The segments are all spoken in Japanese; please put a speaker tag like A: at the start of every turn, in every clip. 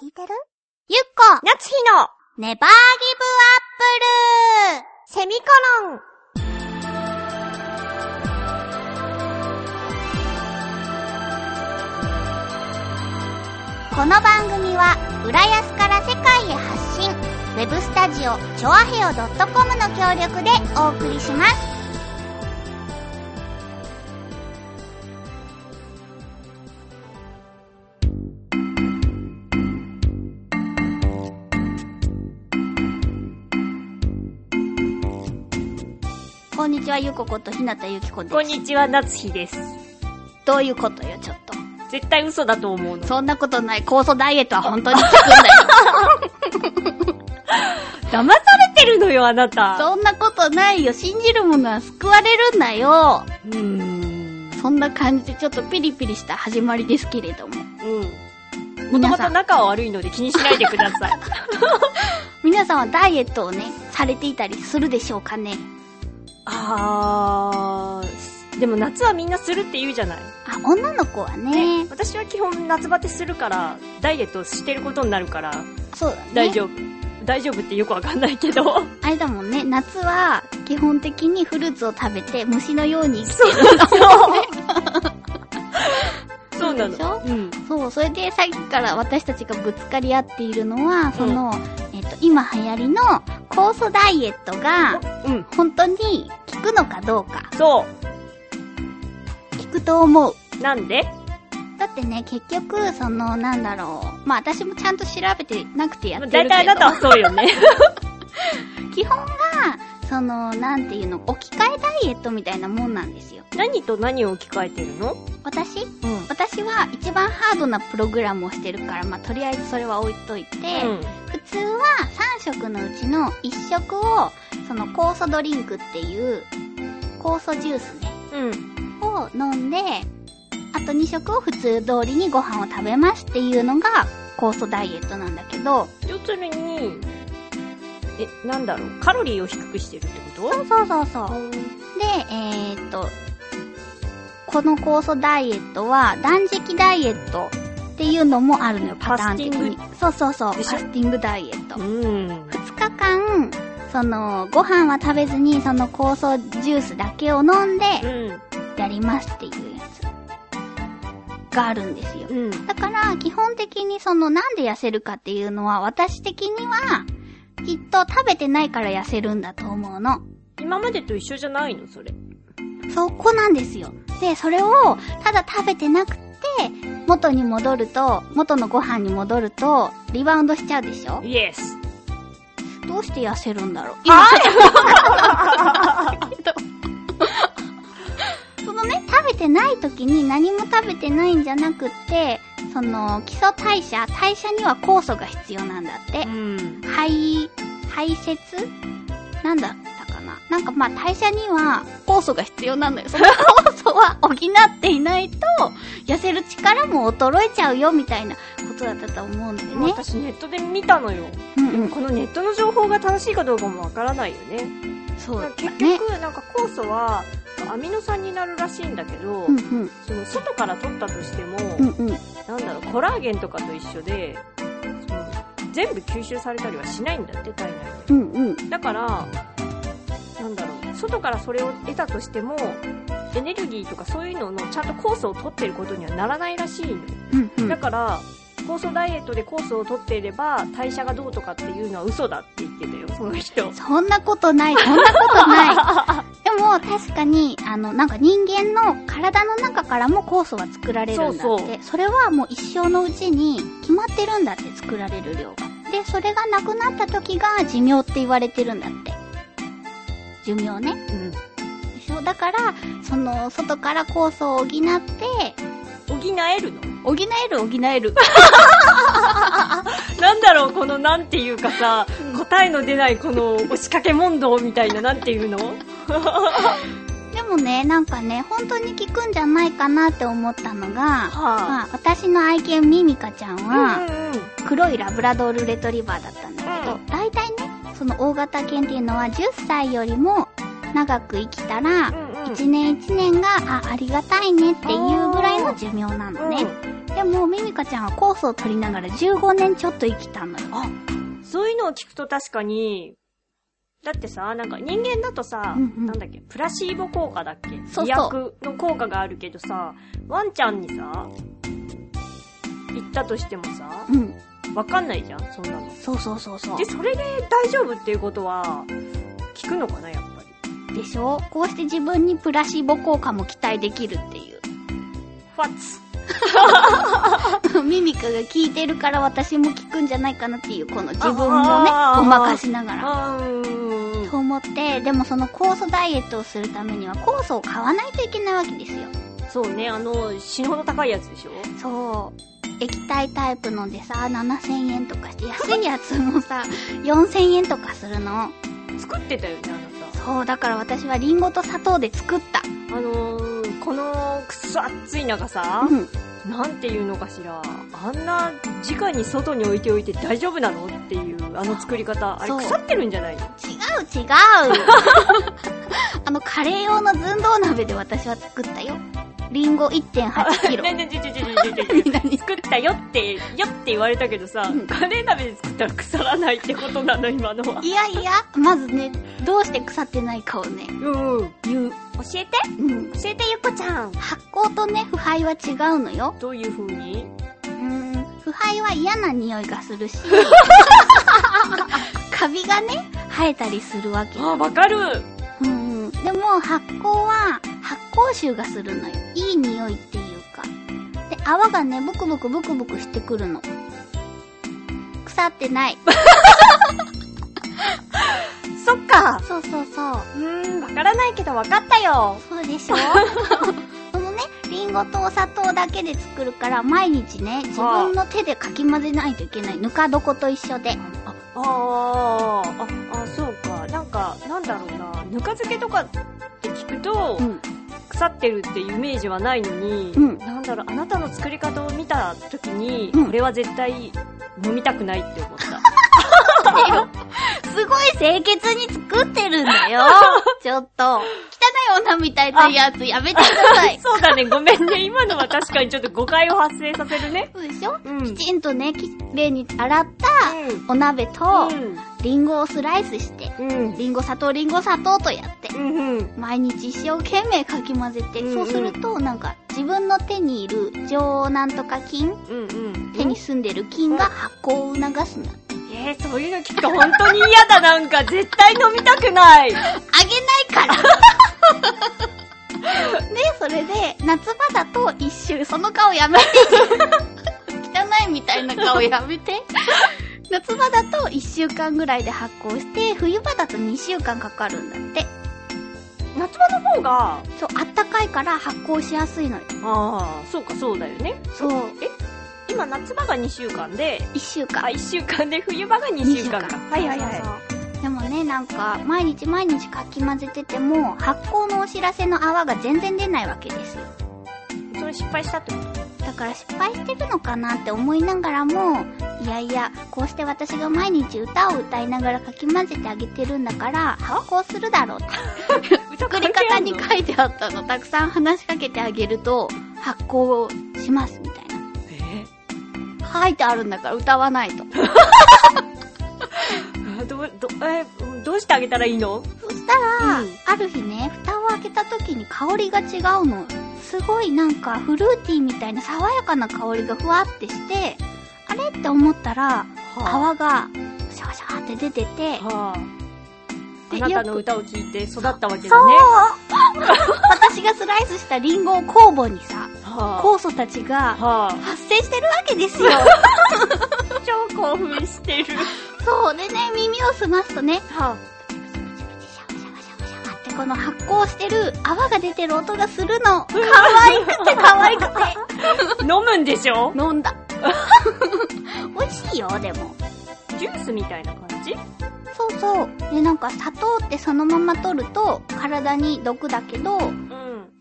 A: 聞いてるゆっこ
B: 夏日の
A: ネバーギブアップル
B: セミコロン
A: この番組は浦安から世界へ発信ウェブスタジオチョアヘオ .com の協力でお送りしますこんにちはゆこことひなたゆきこです
B: こんにちは、夏日です。
A: どういうことよちょっと
B: 絶対嘘だと思うの。
A: そんなことない。酵素ダイエットは本当に効くんだよ。
B: 騙されてるのよ、あなた。
A: そんなことないよ。信じるものは救われるんだよ。
B: うーん。
A: そんな感じでちょっとピリピリした始まりですけれども。
B: うん。もと
A: 皆
B: も
A: さ
B: と
A: ん、
B: 仲は悪いので気にしないでくだ さい。
A: 皆さんはダイエットをね、されていたりするでしょうかね。
B: あー、でも夏はみんなするって言うじゃない。
A: あ、女の子はね
B: ね、私は基本夏バテするから、ダイエットしてることになるから、
A: そうだね。
B: 大丈夫。大丈夫ってよくわかんないけど。
A: あれだもんね、夏は基本的にフルーツを食べて虫のように生きてる。
B: そうな
A: でしょ
B: の。うん。
A: そう、それでさっきから私たちがぶつかり合っているのは、その、えっと、今流行りの酵素ダイエットが
B: うん。
A: 本当に効くのかどうか。
B: そ
A: 効くと思う。
B: う。なんで
A: だってね、結局、その、なんだろう。まあ、私もちゃんと調べてなくてやって
B: まあ
A: るけ
B: 大
A: ど。
B: 体あなたはそうよね。
A: 基本が、その、なんていうの、置き換えダイエットみたいなもんなんですよ。
B: 何と何を置き換えてるの
A: 私
B: うん。
A: 私は一番ハードなプログラムをしてるから、まあ、とりあえずそれは置いといて、
B: うん。
A: 普通は3食のうちの1食を、その、酵素ドリンクっていう、酵素ジュースね、
B: うん。
A: を飲んで、あと2食を普通通りにご飯を食べますっていうのが、酵素ダイエットなんだけど、
B: 要するに、え、なんだろう、カロリーを低くしてるってこ
A: そうそうそうそう。
B: と
A: で、えーっと、この酵素ダイエットは断食ダイエットっていうのもあるのよ、パターン的に。そうそうそう、ファ
B: でしょ
A: スティングダイエット。
B: うん。
A: 2日間、その、ご飯は食べずに、その酵素ジュースだけを飲んで、
B: うん。
A: やりますっていうやつがあるんですよ。
B: うん。
A: だから、基本的にその、なんで痩せるかっていうのは、私的には、きっと食べてないから痩せるんだと思うの。
B: 今までと一緒じゃないのそれ。
A: そこなんですよ。で、それを、ただ食べてなくて、元に戻ると、元のご飯に戻ると、リバウンドしちゃうでしょ
B: イエス。
A: どうして痩せるんだろう
B: は
A: 今ちょっと そのね、食べてない時に何も食べてないんじゃなくって、その、基礎代謝、代謝には酵素が必要なんだって
B: う。ん。
A: 排、排泄なんだったかななんかまあ代謝には酵素が必要なのよ。その酵素は補っていないと、痩せる力も衰えちゃうよみたいなことだったと思うんで
B: もう
A: ね。
B: 私ネットで見たのよ。
A: うん
B: で
A: う
B: も
A: ん。
B: このネットの情報が正しいかどうかもわからないよね。
A: そうだ
B: 結
A: ね。
B: 局、なんか酵素はアミノ酸になるらしいんだけど、
A: うんうん。
B: その外から取ったとしても、
A: うんうん。
B: なんだろう、コラーゲンとかと一緒で、その全部吸収されたりはしないんだって、体内で。
A: うんうん。
B: だから、なんだろう、外からそれを得たとしても、エネルギーとかそういうののちゃんと酵素を取ってることにはならないらしいのよ。
A: うんうん。
B: だから、酵素ダイエットで酵素を取っていれば、代謝がどうとかっていうのは嘘だって言ってたよ、その人。
A: そんなことない、そんなことない。 でも確かに、あの、なんか人間の体の中からも酵素は作られるんだって。
B: そ
A: そう
B: そう
A: れはもう一生のうちに決まってるんだって、作られる量が。で、それがなくなった時が寿命って言われてるんだって。寿命ね。
B: うん。
A: でしょだから、その、外から酵素を補って、
B: 補えるの
A: 補える補える。
B: なんだろう、このなんていうかさ、答えの出ないこの押しかけ問答みたいな、なんていうの
A: でもね、なんかね、本当に効くんじゃないかなって思ったのが、
B: は
A: まあ、私の愛犬ミミカちゃんは、
B: うんうんうん。
A: 黒いラブラドールレトリバーだったんだけど、
B: う
A: 大体ね、その大型犬っていうのは10歳よりも長く生きたら、
B: うんうん
A: 一年一年が、あ、ありがたいねっていうぐらいの寿命なのね。でも、ミミカちゃんはコースを取りながら15年ちょっと生きたのよ。
B: そういうのを聞くと確かに、だってさ、なんか人間だとさ、
A: うんうん
B: なんだっけ、プラシーボ効果だっけ
A: そうそう
B: 偽薬の効果があるけどさ、ワンちゃんにさ、行ったとしてもさ、
A: うん。
B: わかんないじゃん、そんなの。
A: そうそうそうそう
B: で、。それで大丈夫っていうことは、聞くのかな、やっぱり。
A: でしょこうして自分にプラシーボ効果も期待できるっていう。
B: ファッツ
A: ミミカが聞いてるから私も聞くんじゃないかなっていう、この自分をね、
B: あー
A: ごまかしながら。
B: あーうーん。
A: と思って、でもその酵素ダイエットをするためには酵素を買わないといけないわけですよ。
B: そうね、あの、死ぬほど高いやつでしょ
A: そう。液体タイプのでさ、7000円とかして、安いやつもさ、4000円とかするの。
B: 作ってたよね、あな
A: そう、だから私はリンゴと砂糖で作った。
B: た。あのー、このくそ暑い中さ、
A: うん。
B: なんていうのかしら、あんな直に外に置いておいて大丈夫なのっていう、あの作り方、あれ
A: そう
B: 腐ってるんじゃないの
A: 違う違うあの、カレー用の寸胴鍋で私は作ったよ。リンゴ1.8キ ロ。
B: ねねちょちょちょちょちょ ちょ
A: 何
B: 作ったよって、よって言われたけどさ、
A: うん
B: カレー鍋で作ったら腐らないってことなの、今のは。
A: いやいや、まずね、どうして腐ってないかをね、
B: うん。言う。教えて
A: うん。
B: 教えてゆっこちゃん
A: 発酵とね、腐敗は違うのよ。
B: どういう風に
A: うーん、腐敗は嫌な匂いがするし、カビがね、生えたりするわけ。
B: あ、わかる
A: うんうん。でも発酵は、発酵臭がするのよ。いい匂いっていうか。で、泡がね、ブクブクブクブクしてくるの。腐ってない。
B: そっか
A: そうそうそう。
B: うーん、わからないけどわかったよ
A: そうでしょそのね、リンゴとお砂糖だけで作るから、毎日ね、自分の手でかき混ぜないといけない。ぬか床と一緒で。
B: あ、あーあ、あ、そうか。なんか、なんだろうな。ぬか漬けとかって聞くと、
A: うん。
B: 腐ってるっていうイメージはないのに、
A: うん
B: なんだろう、あなたの作り方を見た時に、
A: うん
B: これは絶対飲みたくないって思った。。
A: すごい清潔に作ってるんだよ。ちょっと。汚い女みたいなやつやめてください
B: そうだね、ごめんね。今のは確かにちょっと誤解を発生させるね。
A: そうでしょ
B: うん。
A: きちんとね、きれいに洗った
B: うん
A: お鍋と、リンゴをスライスして、
B: うん。うん。
A: リンゴ砂糖、リンゴ砂糖とやって、
B: うんうん。
A: 毎日一生懸命かき混ぜて、
B: うんうん
A: そうすると、なんか、自分の手にいる上なんとか菌
B: うんうん。
A: 手に住んでる菌が発酵を促すの。
B: えー、そういうの聞くと本当に嫌だ、なんか。絶対飲みたくない。
A: あげないからで、それで、夏場だと一周、その顔や めて。汚いみたいな顔やめて。夏場だと1週間ぐらいで発酵して、冬場だと2週間かかるんだって。
B: 夏場の方が、
A: そう、あったかいから発酵しやすいのよ。
B: ああ、そうか、そうだよね。
A: そう、
B: 今、夏場が2週間で、
A: 1週間
B: あ、。1週間で、冬場が2週間か。はいはいは
A: そ
B: い
A: う。そうそうでもね、なんか、毎日毎日かき混ぜてても、発酵のお知らせの泡が全然出ないわけですよ。
B: それ失敗したってこと
A: だから失敗してるのかなって思いながらも、いやいや、こうして私が毎日歌を歌いながらかき混ぜてあげてるんだから、発酵するだろうって。作り方に書いてあ ったの。たくさん話しかけてあげると、発酵しますみたいな。
B: え
A: 書いてあるんだから歌わないと。
B: ー、どう、ど、えー、どうしてあげたらいいの
A: そしたら、
B: うん
A: ある日ね、蓋を開けた時に香りが違うの。すごいなんかフルーティーみたいな爽やかな香りがふわってして、あれって思ったら、
B: は
A: 泡がシャワシャワって出てて
B: あ、はあ。あ
A: で
B: なたの
A: よく
B: 歌を聴いて育ったわけ
A: そう
B: だね。
A: 私がスライスしたリンゴを酵母にさ、
B: は
A: 酵素たち
B: あ。
A: が
B: はあ。
A: 発生してるわけです よ。
B: 超興奮してる。
A: そう。でね、耳を澄ますとね、
B: は
A: シャワシャワシャワシャワシャワってこの発酵してる泡が出てる音がするの。可愛くて可愛くて。
B: あ。 飲むんでしょ
A: 飲んだ。 美味しいよ、でも。
B: ジュースみたいな感じ
A: そうそう。で、なんか砂糖ってそのまま取ると体に毒だけど、
B: うん。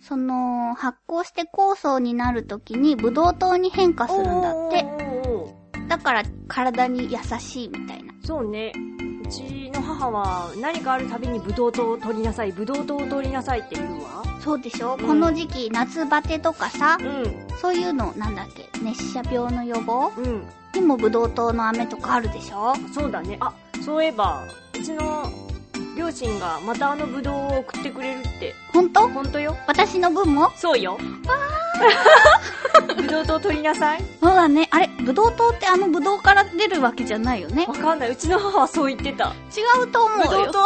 A: その、発酵して酵素になるときにブドウ糖に変化するんだって。
B: おーおーおー
A: だから体に優しいみたいな。
B: そうね。ちの母は何かあるたびにブドウ糖を取りなさいブドウ糖を取りなさいって言うわ
A: そうでしょ、
B: うん
A: この時期、夏バテとかさ
B: う、ん
A: そういうの、なんだっけ、熱射病の予防
B: うん
A: にもブドウ糖の飴とかあるでしょ
B: そうだねあそういえばうちの両親がまたあのブドウを送ってくれるって
A: ほんと
B: 本当よ
A: 私の分も
B: そうよ ブドウ糖取りなさい
A: そうだね。あれ、ブドウ糖ってあのブドウから出るわけじゃないよね
B: わ。かんないうちの母はそう言ってた
A: 違うと思
B: ブ
A: う
B: ド
A: よ
B: ウ。糖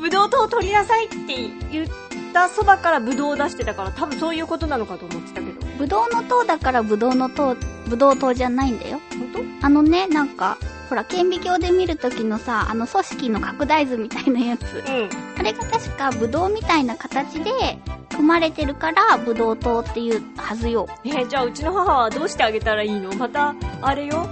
B: ブドウ糖 取りなさいって言ったそばからブドウを出してたから多分そういうことなのかと思ってたけど
A: ブドウの糖だからブドウの糖、ブドウ糖じゃないんだよ。
B: 本当
A: あのね、なんか、ほら、顕微鏡で見るときのさ、あの組織の拡大図みたいなやつ。
B: うん
A: あれが確かブドウみたいな形で組まれてるから、ブドウ糖っていうはずよ。
B: えーじゃあうちの母はどうしてあげたらいいのまたあれよ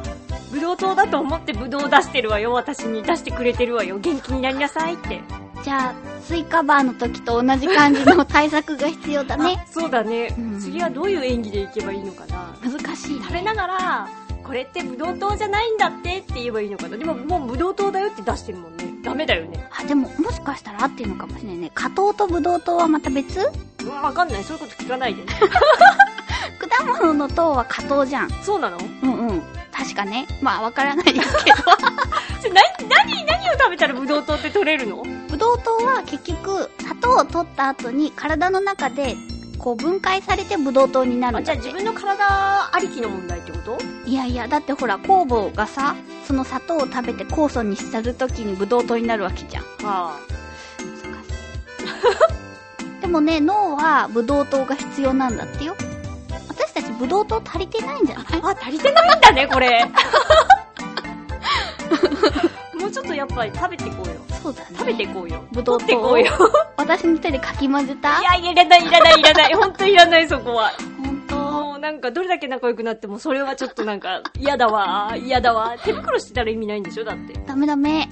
B: ブドウ糖だと思ってブドウ出してるわよ私に出してくれてるわよ元気になりなさいって
A: じゃあ、スイカバーの時と同じ感じの対策が必要だね
B: あ。そうだね、
A: うん
B: 次はどういう演技でいけばいいのかな
A: 難しいね。
B: 食べながらこれってブドウ糖じゃないんだってって言えばいいのかなでももうブドウ糖だよって出してるもんねダメだよね
A: あ、でも、もしかしたら合ってるのかもしれないね。果糖とブドウ糖はまた別
B: うんわかんないそういうこと聞かないで
A: 果物の糖は果糖じゃん。
B: そうなの
A: うんうん。確かね。まあ、わから ないですけど。
B: じゃ何何何を食べたらブドウ糖って取れるの
A: ブドウ糖は結局、砂糖を取った後に体の中で、こう分解されてブドウ糖になる
B: あ
A: ん
B: じゃ
A: だ
B: あ
A: っ
B: 自
A: て。
B: 分の体ありきの問題ってこと
A: いやいや、だってほら、酵母がさ、その砂糖を食べて酵素にしたるときにブドウ糖になるわけじゃん。
B: はあ
A: でもね、脳はブドウ糖が必要なんだってよ。私たちブドウ糖足りてないんじゃない
B: あ、足りてないんだね、こ れ。もうちょっとやっぱり食べてこうよ。
A: そうだね。
B: 食べてこうよ。
A: ブドウ糖
B: 取ってこうよ。
A: 私の手でかき混ぜた
B: いや、いらない、いらない、いらない。ほんといらない、そこは。
A: ほんと。
B: もうなんか、どれだけ仲良くなっても、それはちょっとなんか、嫌だわ、嫌だわ。手袋してたら意味ないんでしょだって。
A: ダメダメ。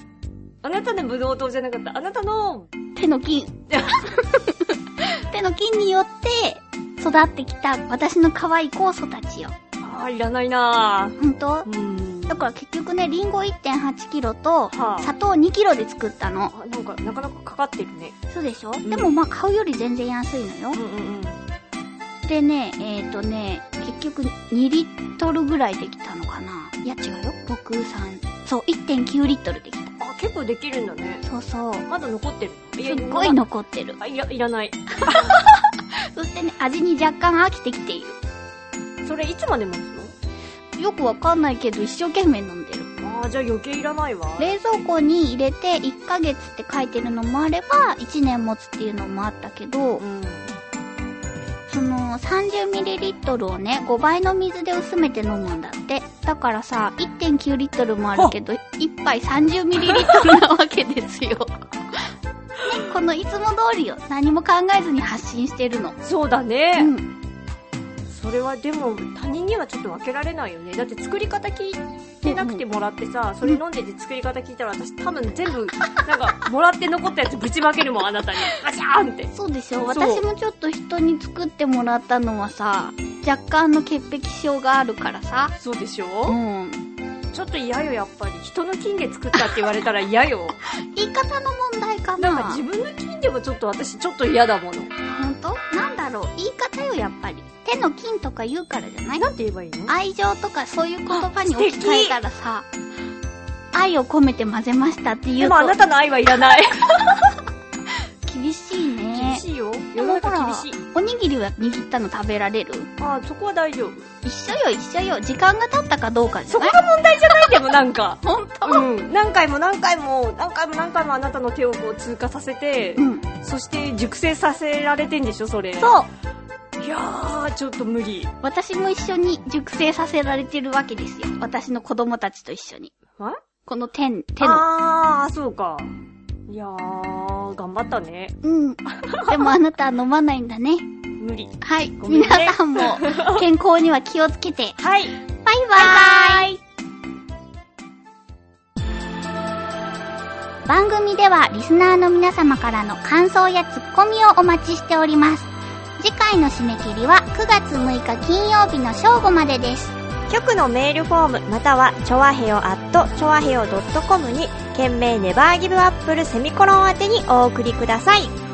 B: あなたのブドウ糖じゃなかった。あなたの、
A: 手の 筋。手の筋によって育ってきた私の可愛い酵素たちよ。
B: あーいらないな
A: ほんと
B: ぁ。うーん。
A: だから結局ね、リンゴ1.8キロと、
B: はあ
A: 砂糖2キロで作ったの。
B: あ、なんか、なかなかかかってるね。
A: そうでしょ、
B: ん
A: でもまあ買うより全然安いの
B: うん
A: よ。
B: うんうん。
A: でね、えっ、ー、とね、結局2リットルぐらいできたのかな。いや違うよ。6、3、そう、1.9リットルでき
B: あ、結構できるんだね。
A: た。そうそう。
B: まだ残ってる。
A: すっ
B: や
A: ごい。残ってる。
B: あ、いら、いらない。
A: そしてね、味に若干飽きてきてい
B: それ、いつまで持つの
A: る。よくわかんないけど一生懸命飲んでる。
B: ああ、じゃあ余計いらないわ。
A: 冷蔵庫に入れて1ヶ月って書いてるのもあれば1年持つっていうのもあったけど
B: うん。
A: その 30ml をね5倍の水で薄めて飲むんだってだからさ1.9リットルもあるけど1杯 30ml なわけですよね このいつも通りよ何も考えずに発信してるの
B: そうだ
A: う
B: ね。
A: ん
B: それはでも、他人にはちょっと分けられないよね。だって作り方聞いてなくてもらってさ、それ飲んでて作り方聞いたら私多分全部、なんか、もらって残ったやつぶちまけるもん、あなたに。バシャーンって。
A: そうでし
B: そ
A: ょ
B: う
A: 私もちょっと人に作ってもらったのはさ若干の潔癖症があるからさ
B: そうでし
A: う
B: ょ、
A: ん
B: ちょっと嫌よ、やっぱり。人の金魚作ったって言われたら嫌よ。
A: 言い方の問題かな
B: なんか自分の金魚もちょっと私ちょっと嫌だもの。
A: 本当なんだろう言い方よやっぱり手の菌とか言うからじゃない
B: なんて言えばいいの
A: 愛情とかそういう言葉に
B: あ素敵
A: 置き換えたらさ愛を込めて混ぜましたって言
B: で
A: う
B: もあな
A: と
B: たの愛はいらない。
A: 厳しい
B: 厳
A: ね
B: しいよ。
A: で
B: 世
A: も
B: の
A: ほ
B: 中
A: ら
B: 厳しい。
A: おにぎりは握ったの食べられる
B: あーそこは大丈夫。
A: 一緒よ一緒よ時間が経ったかどうかじゃない
B: でもなんか。
A: 本
B: うん、何回も何回も何回も何回もあなたの手をこう通過させて、
A: うん
B: そして熟成させられてんでしょそれ
A: そう
B: いやーちょっと無理
A: 私も一緒に熟成させられてるわけですよ私の子供たちと一緒に
B: あ
A: この手手の
B: あーそうかいやー頑張ったね
A: うんでもあなたは飲まないんだね
B: 無理
A: はい、
B: ごめんね。
A: 皆さんも健康には気をつけて
B: はい
A: バイバーイ番組ではリスナーの皆様からの感想やツッコミをお待ちしております。次回の締め切りは9月6日金曜日の正午までです。
B: 局のメールフォームまたはチョアヘヨアットチョアヘヨ .com に件名ネバーギブアップルセミコロン宛てにお送りください